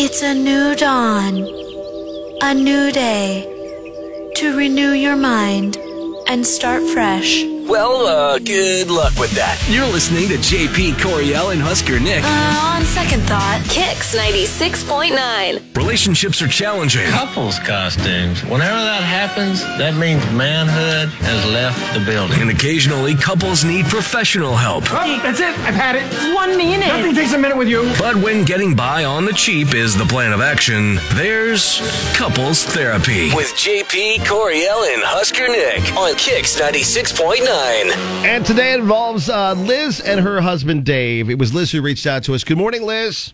It's a new dawn, a new day to renew your mind and start fresh. Well, uh, good luck with that. You're listening to JP Coriel and Husker Nick. Uh, on second thought, Kicks 96.9. Relationships are challenging. couples costumes. Whenever that happens, that means manhood has left the building. And occasionally, couples need professional help. Oh, that's it. I've had it. One minute. Nothing takes a minute with you. But when getting by on the cheap is the plan of action, there's couples therapy. With JP Coriel and Husker Nick on Kicks 96.9. And today it involves uh, Liz and her husband Dave. It was Liz who reached out to us. Good morning, Liz.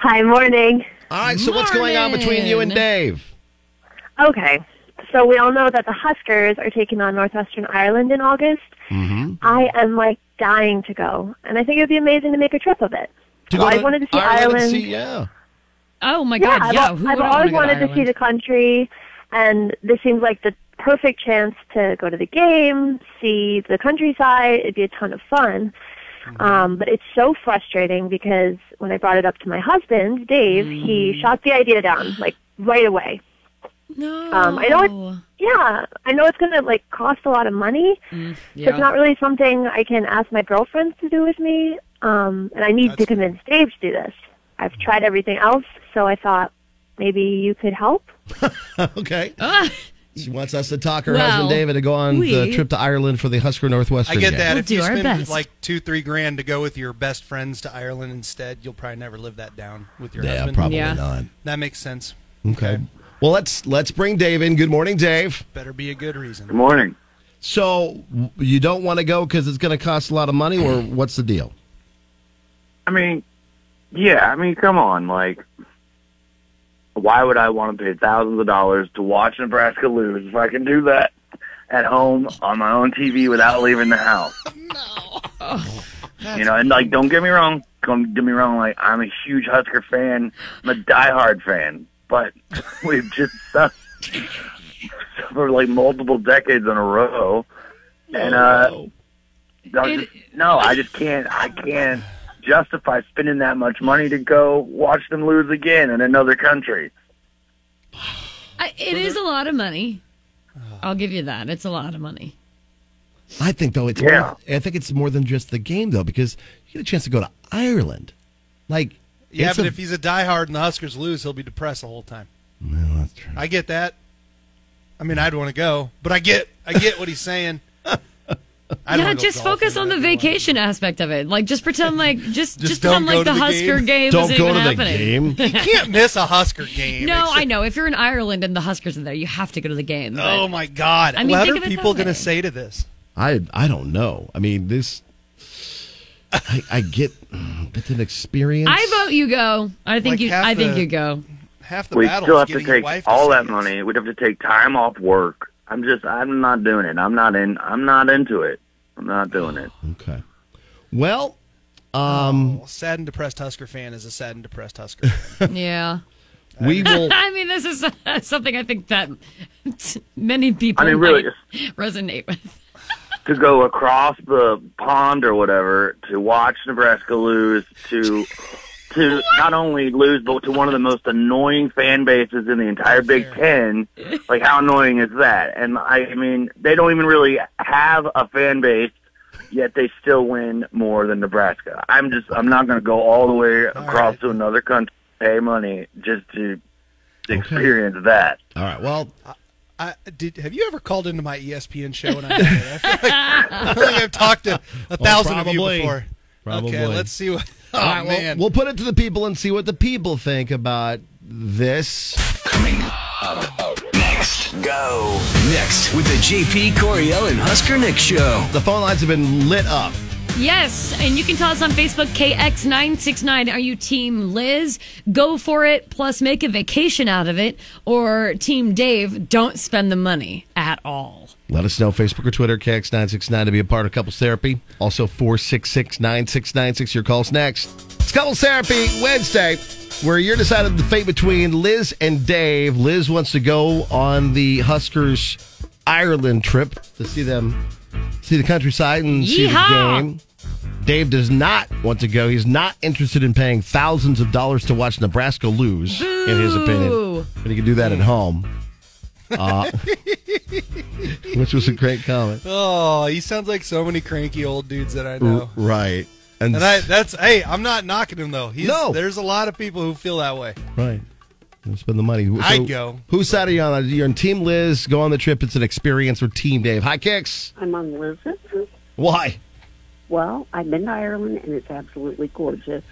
Hi, morning. All right, so what's going on between you and Dave? Okay, so we all know that the Huskers are taking on Northwestern Ireland in August. I am like dying to go, and I think it would be amazing to make a trip of it. To Well, I wanted to see Ireland. see- yeah. Oh my yeah, God! I've, Yeah, al- who I've wouldn't always wanna wanted go to see Ireland? the country, and this seems like the perfect chance to go to the game, see the countryside. It'd be a ton of fun. Mm-hmm. Um, but it's so frustrating because when I brought it up to my husband, Dave, Mm. he shot the idea down like right away. No. Um, I know it, yeah, I know it's going to like cost a lot of money. yeah. It's not really something I can ask my girlfriends to do with me. Um, and I need to convince Dave to do this. I've tried everything else, so I thought maybe you could help. Okay. Ah, She wants us to talk her Well, husband David to go on the we- trip to Ireland for the Husker Northwestern. I get game. that. We'll if do you our spend best. like two, three grand to go with your best friends to Ireland instead, you'll probably never live that down with your Yeah, husband. probably Yeah. not. That makes sense. Okay. Well, let's let's bring Dave in. Good morning, Dave. Better be a good reason. Morning. So w- you don't want to go because it's going to cost a lot of money, or what's the deal? I mean, yeah, I mean, come on. Like, why would I want to pay thousands of dollars to watch Nebraska lose if I can do that at home on my own TV without leaving the house? no. You know, and like, don't get me wrong. Don't get me wrong. Like, I'm a huge Husker fan. I'm a diehard fan. But we've just sucked for like multiple decades in a row. And, uh, I was It- just- no, I just can't. I can't justify spending that much money to go watch them lose again in another country. I, it is a lot of money. I'll give you that. It's a lot of money. I think though it's Yeah. more, I think it's more than just the game though because you get a chance to go to Ireland, like Yeah, it's but a- if he's a diehard and the Huskers lose, he'll be depressed the whole time. Well, that's true. I get that. I mean, I'd want to go, but I get, I get what he's saying. I yeah, just focus on the vacation aspect of it. Like, just pretend like just just, don't pretend go like to the, the Husker game. game, don't isn't go even to the happening. game. You can't miss a Husker game. No, I Except- know. If you're in Ireland and the Huskers are there, you have to go to the game. but- Oh my God! I mean, what think are of it people that going way. to say to this? I I don't know. I mean this. I, I get it's an experience. I vote you go. I think Like you. half I think the- you go. Half the We battle. still is have to getting your take wife all say that yes. money. We'd have to take time off work. I'm just. I'm not doing it. I'm not in. I'm not into it. I'm not doing it. Okay. Well, Well, sad and depressed Husker fan is a sad and depressed Husker. Yeah. we will. I mean, this is uh, something I think that many people I mean, really, might resonate with. to go across the pond or whatever to watch Nebraska lose to to not only lose but to one of the most annoying fan bases in the entire Big Ten. Like how annoying is that? And I mean, they don't even really have a fan base. Yet they still win more than Nebraska. I'm just I'm not going to go all the way across to another country, pay money just to experience that. All right. Well, I, did, have you ever called into my E ESPN show? And I, I, feel like, I feel like I've talked to a thousand of you probably. before. Probably. Okay, let's see what. Oh all right, well, man, we'll put it to the people and see what the people think about this. Go. Next with the JP Coriel and Husker Nick show. The phone lines have been lit up. Yes, and you can tell us on Facebook KX969. Are you Team Liz? Go for it, plus make a vacation out of it, or Team Dave? Don't spend the money at all. Let us know Facebook or Twitter KX969 to be a part of Couples Therapy. Also 466-9696 your calls next. It's Couples Therapy Wednesday where you're deciding the fate between Liz and Dave. Liz wants to go on the Huskers Ireland trip to see them see the countryside and see the Yeehaw! game. Dave does not want to go. He's not interested in paying thousands of dollars to watch Nebraska lose, in his opinion. Boo. But he can do that at home. Uh, which was a great comment. Oh, he sounds like so many cranky old dudes that I know. R- right. And, And I, that's hey, I'm not knocking him though. He's, No. there's a lot of people who feel that way. Right. We'll spend the money. So, I'd go. Whose side are you on? Are you on Team Liz? Go on the trip. It's an experience with Team Dave. Hi, Kicks. I'm on Liz's. Why? Well, I've been to Ireland and it's absolutely gorgeous.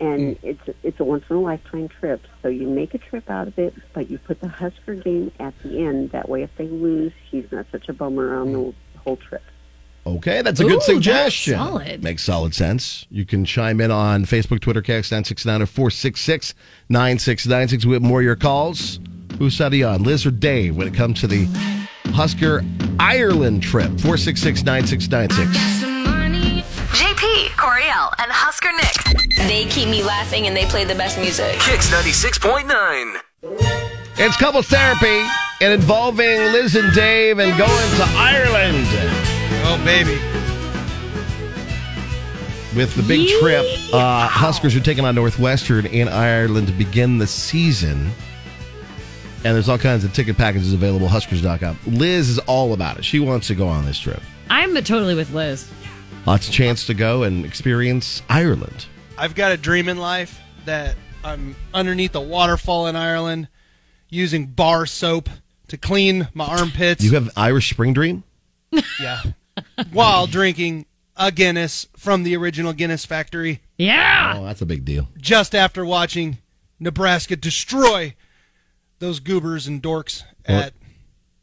And it's it's a once in a lifetime trip. So you make a trip out of it, but you put the Husker game at the end. That way, if they lose, he's not such a bummer on the whole trip. Okay, that's a Ooh, good that's suggestion. solid. Makes solid sense. You can chime in on Facebook, Twitter, KX969 or 466 9696 with more of your calls. Whose side are you on? Liz or Dave when it comes to the Husker Ireland trip? 466 9696. JP, Coriel, and Husker Nick. They keep me laughing and they play the best music. Kicks 96.9. It's couples therapy and involving Liz and Dave and going to Ireland. Oh, baby. With the big trip, uh, Huskers are taking on Northwestern in Ireland to begin the season. And there's all kinds of ticket packages available, huskers.com. Liz is all about it. She wants to go on this trip. I'm totally with Liz. Uh, it's a chance to go and experience Ireland. I've got a dream in life that I'm underneath a waterfall in Ireland, using bar soap to clean my armpits You have Irish Spring Dream? yeah. while drinking a Guinness from the original Guinness factory. Yeah. Ah. Oh, that's a big deal. Just after watching Nebraska destroy those goobers and dorks at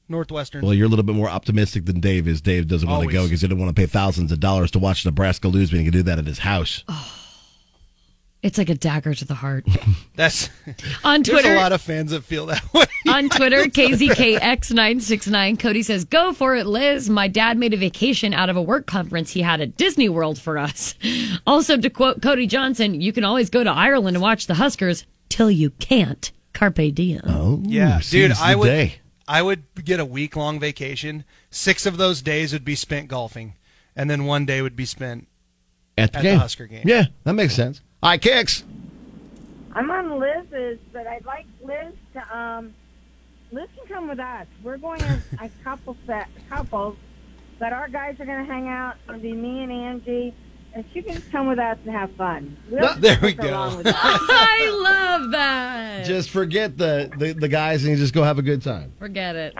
Northwestern. Well, you're a little bit more optimistic than Dave is. Dave doesn't want to go Always. because he didn't want to pay thousands of dollars to watch Nebraska lose when he can do that at his house. Oh. It's like a dagger to the heart. That's On There's Twitter- a lot of fans that feel that way. On Twitter, KZKX969, Cody says, Go for it, Liz. My dad made a vacation out of a work conference he had at Disney World for us. Also, to quote Cody Johnson, you can always go to Ireland and watch the Huskers till you can't. Carpe diem. Oh, Yeah, dude, I would I would get a week long vacation. Six of those days would be spent golfing, and then one day would be spent At the Husker game. Yeah, that makes sense. All right, kicks. I'm on Liz's, but I'd like Liz to um, Liz can come with us. We're going as a couple set couples, but our guys are going to hang out. It's going to be me and Angie, and she can just come with us and have fun. We'll There we go along go. with us. I love that. Just forget the, the, the guys and you just go have a good time. Forget it.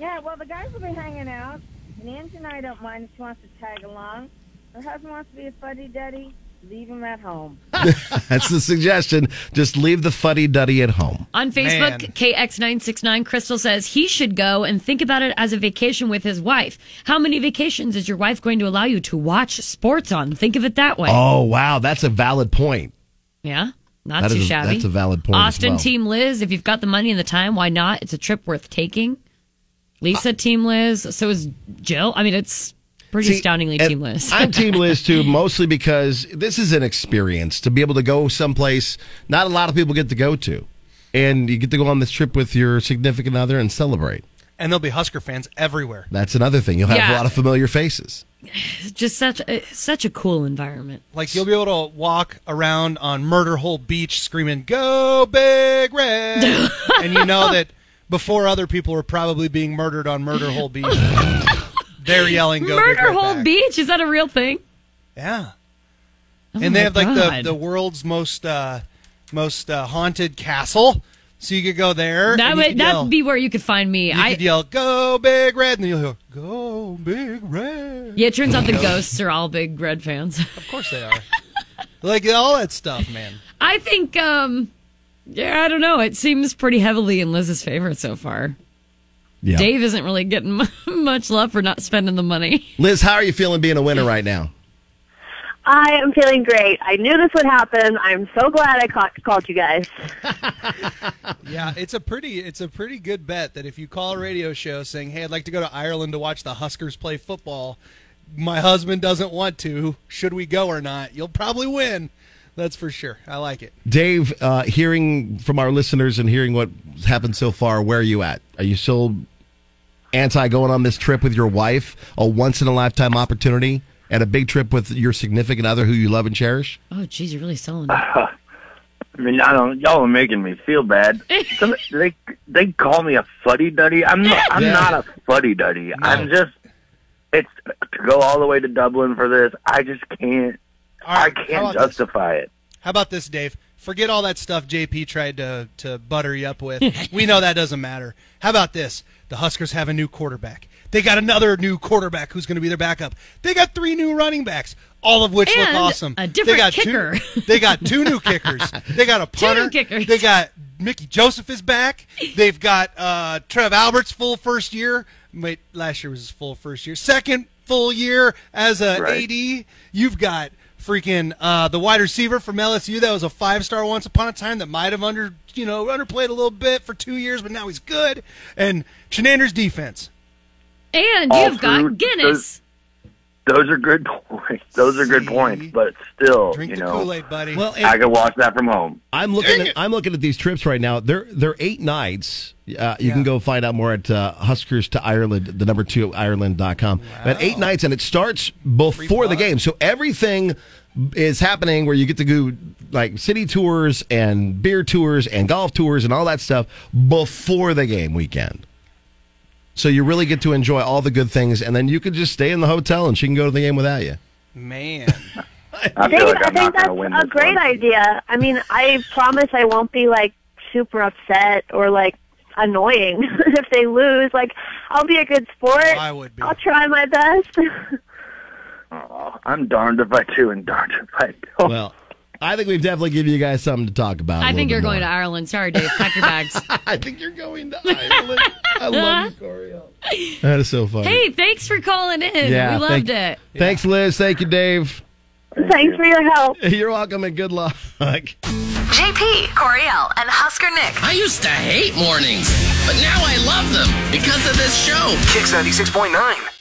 Yeah, well, the guys will be hanging out, and Angie and I don't mind if she wants to tag along. Her husband wants to be a fuddy duddy. Leave him at home. That's the suggestion. Just leave the fuddy duddy at home. On Facebook, KX969, Crystal says he should go and think about it as a vacation with his wife. How many vacations is your wife going to allow you to watch sports on? Think of it that way. Oh, wow. That's a valid point. Yeah, not That too is a- shabby. that's a valid point as Austin well. Team Liz, if you've got the money and the time, why not? It's a trip worth taking. Lisa Team Liz, so is Jill. I mean, it's pretty astoundingly And Team Liz. I'm Team Liz too, mostly because this is an experience to be able to go someplace not a lot of people get to go to. And you get to go on this trip with your significant other and celebrate. And there'll be Husker fans everywhere. That's another thing. You'll have a Yeah. lot of familiar faces. It's Just such a, such a cool environment. Like you'll be able to walk around on Murder Hole Beach screaming "Go Big Red," and you know that before other people were probably being murdered on Murder Hole Beach, they're yelling "Go Big Murder Red!" Hole back. Beach is that a real thing? Yeah. Oh and they my have like God. the, the world's most uh, most uh, haunted castle, so you could go there. That and you would could that'd yell- be where you could find me. You I could yell "Go Big Red," and then you'll hear "Go Big Red." yeah. It turns out the Go- ghosts are all big red fans. Of course they are. like all that stuff, man. I think. um Yeah, I don't know. It seems pretty heavily in Liz's favor so far. Yeah. Dave isn't really getting much love for not spending the money. Liz, how are you feeling being a winner right now? I am feeling great. I knew this would happen. I'm so glad I ca- called you guys. Yeah, it's a pretty it's a pretty good bet that if you call a radio show saying, "Hey, I'd like to go to Ireland to watch the Huskers play football," my husband doesn't want to. Should we go or not? You'll probably win. That's for sure. I like it. Dave, uh, hearing from our listeners and hearing what happened so far, where are you at? Are you still anti going on this trip with your wife? A once in a lifetime opportunity? and a big trip with your significant other who you love and cherish? Oh, geez, you're really selling it. I mean, I don't. Y'all are making me feel bad. Some- they they call me a fuddy duddy. I'm not. I'm Yeah. not a fuddy duddy. I'm just. It's to go all the way to Dublin for this. I just can't. I how can't about this? justify it. How about this, Dave? Forget all that stuff JP tried to, to butter you up with. we know that doesn't matter. How about this? The Huskers have a new quarterback. They got another new quarterback who's going to be their backup. They got three new running backs, all of which look And awesome. a different they got kicker. Two, they got two new kickers. They got a punter. They got Mickey Joseph is back. They've got uh, Trev Albert's full first year. Wait, last year was his full first year. Second full year as a Right. AD. AD. You've got freaking uh, the wide receiver from LSU that was a five star once upon a time that might have under you know underplayed a little bit for two years, but now he's good. And Chenander's defense. And All you've got through Guinness. Those are good points. Those are good points. But still, you know, buddy. Well, I could watch that from home. I'm looking. At, I'm looking at these trips right now. They're they're eight nights. Uh, you can go find out more at uh, Huskers to Ireland, the number two Ireland.com. But eight nights, and it starts before the game. So everything is happening where you get to go like city tours and beer tours and golf tours and all that stuff before the game weekend. So you really get to enjoy all the good things, and then you can just stay in the hotel, and she can go to the game without you. Man. I feel David, I like I'm not think going to that's win a this great idea. I mean, I promise I won't be like super upset or like annoying if they lose. Like, I'll be a good sport. I would be. I'll try my best. Aw, I'm darned if I do and darned if I don't. Well, I think we've definitely given you guys something to talk about. a I little think bit you're going more. to Ireland. Sorry, Dave. Pack your bags. I think you're going to Ireland. I love you, Coriel. That is so funny. Hey, thanks for calling in. we loved thank- it. Thanks, Liz. Thank you, Dave. Thanks for your help. You're welcome and good luck. JP, Coriel, and Husker Nick. I used to hate mornings, but now I love them because of this show. Kicks 96.9.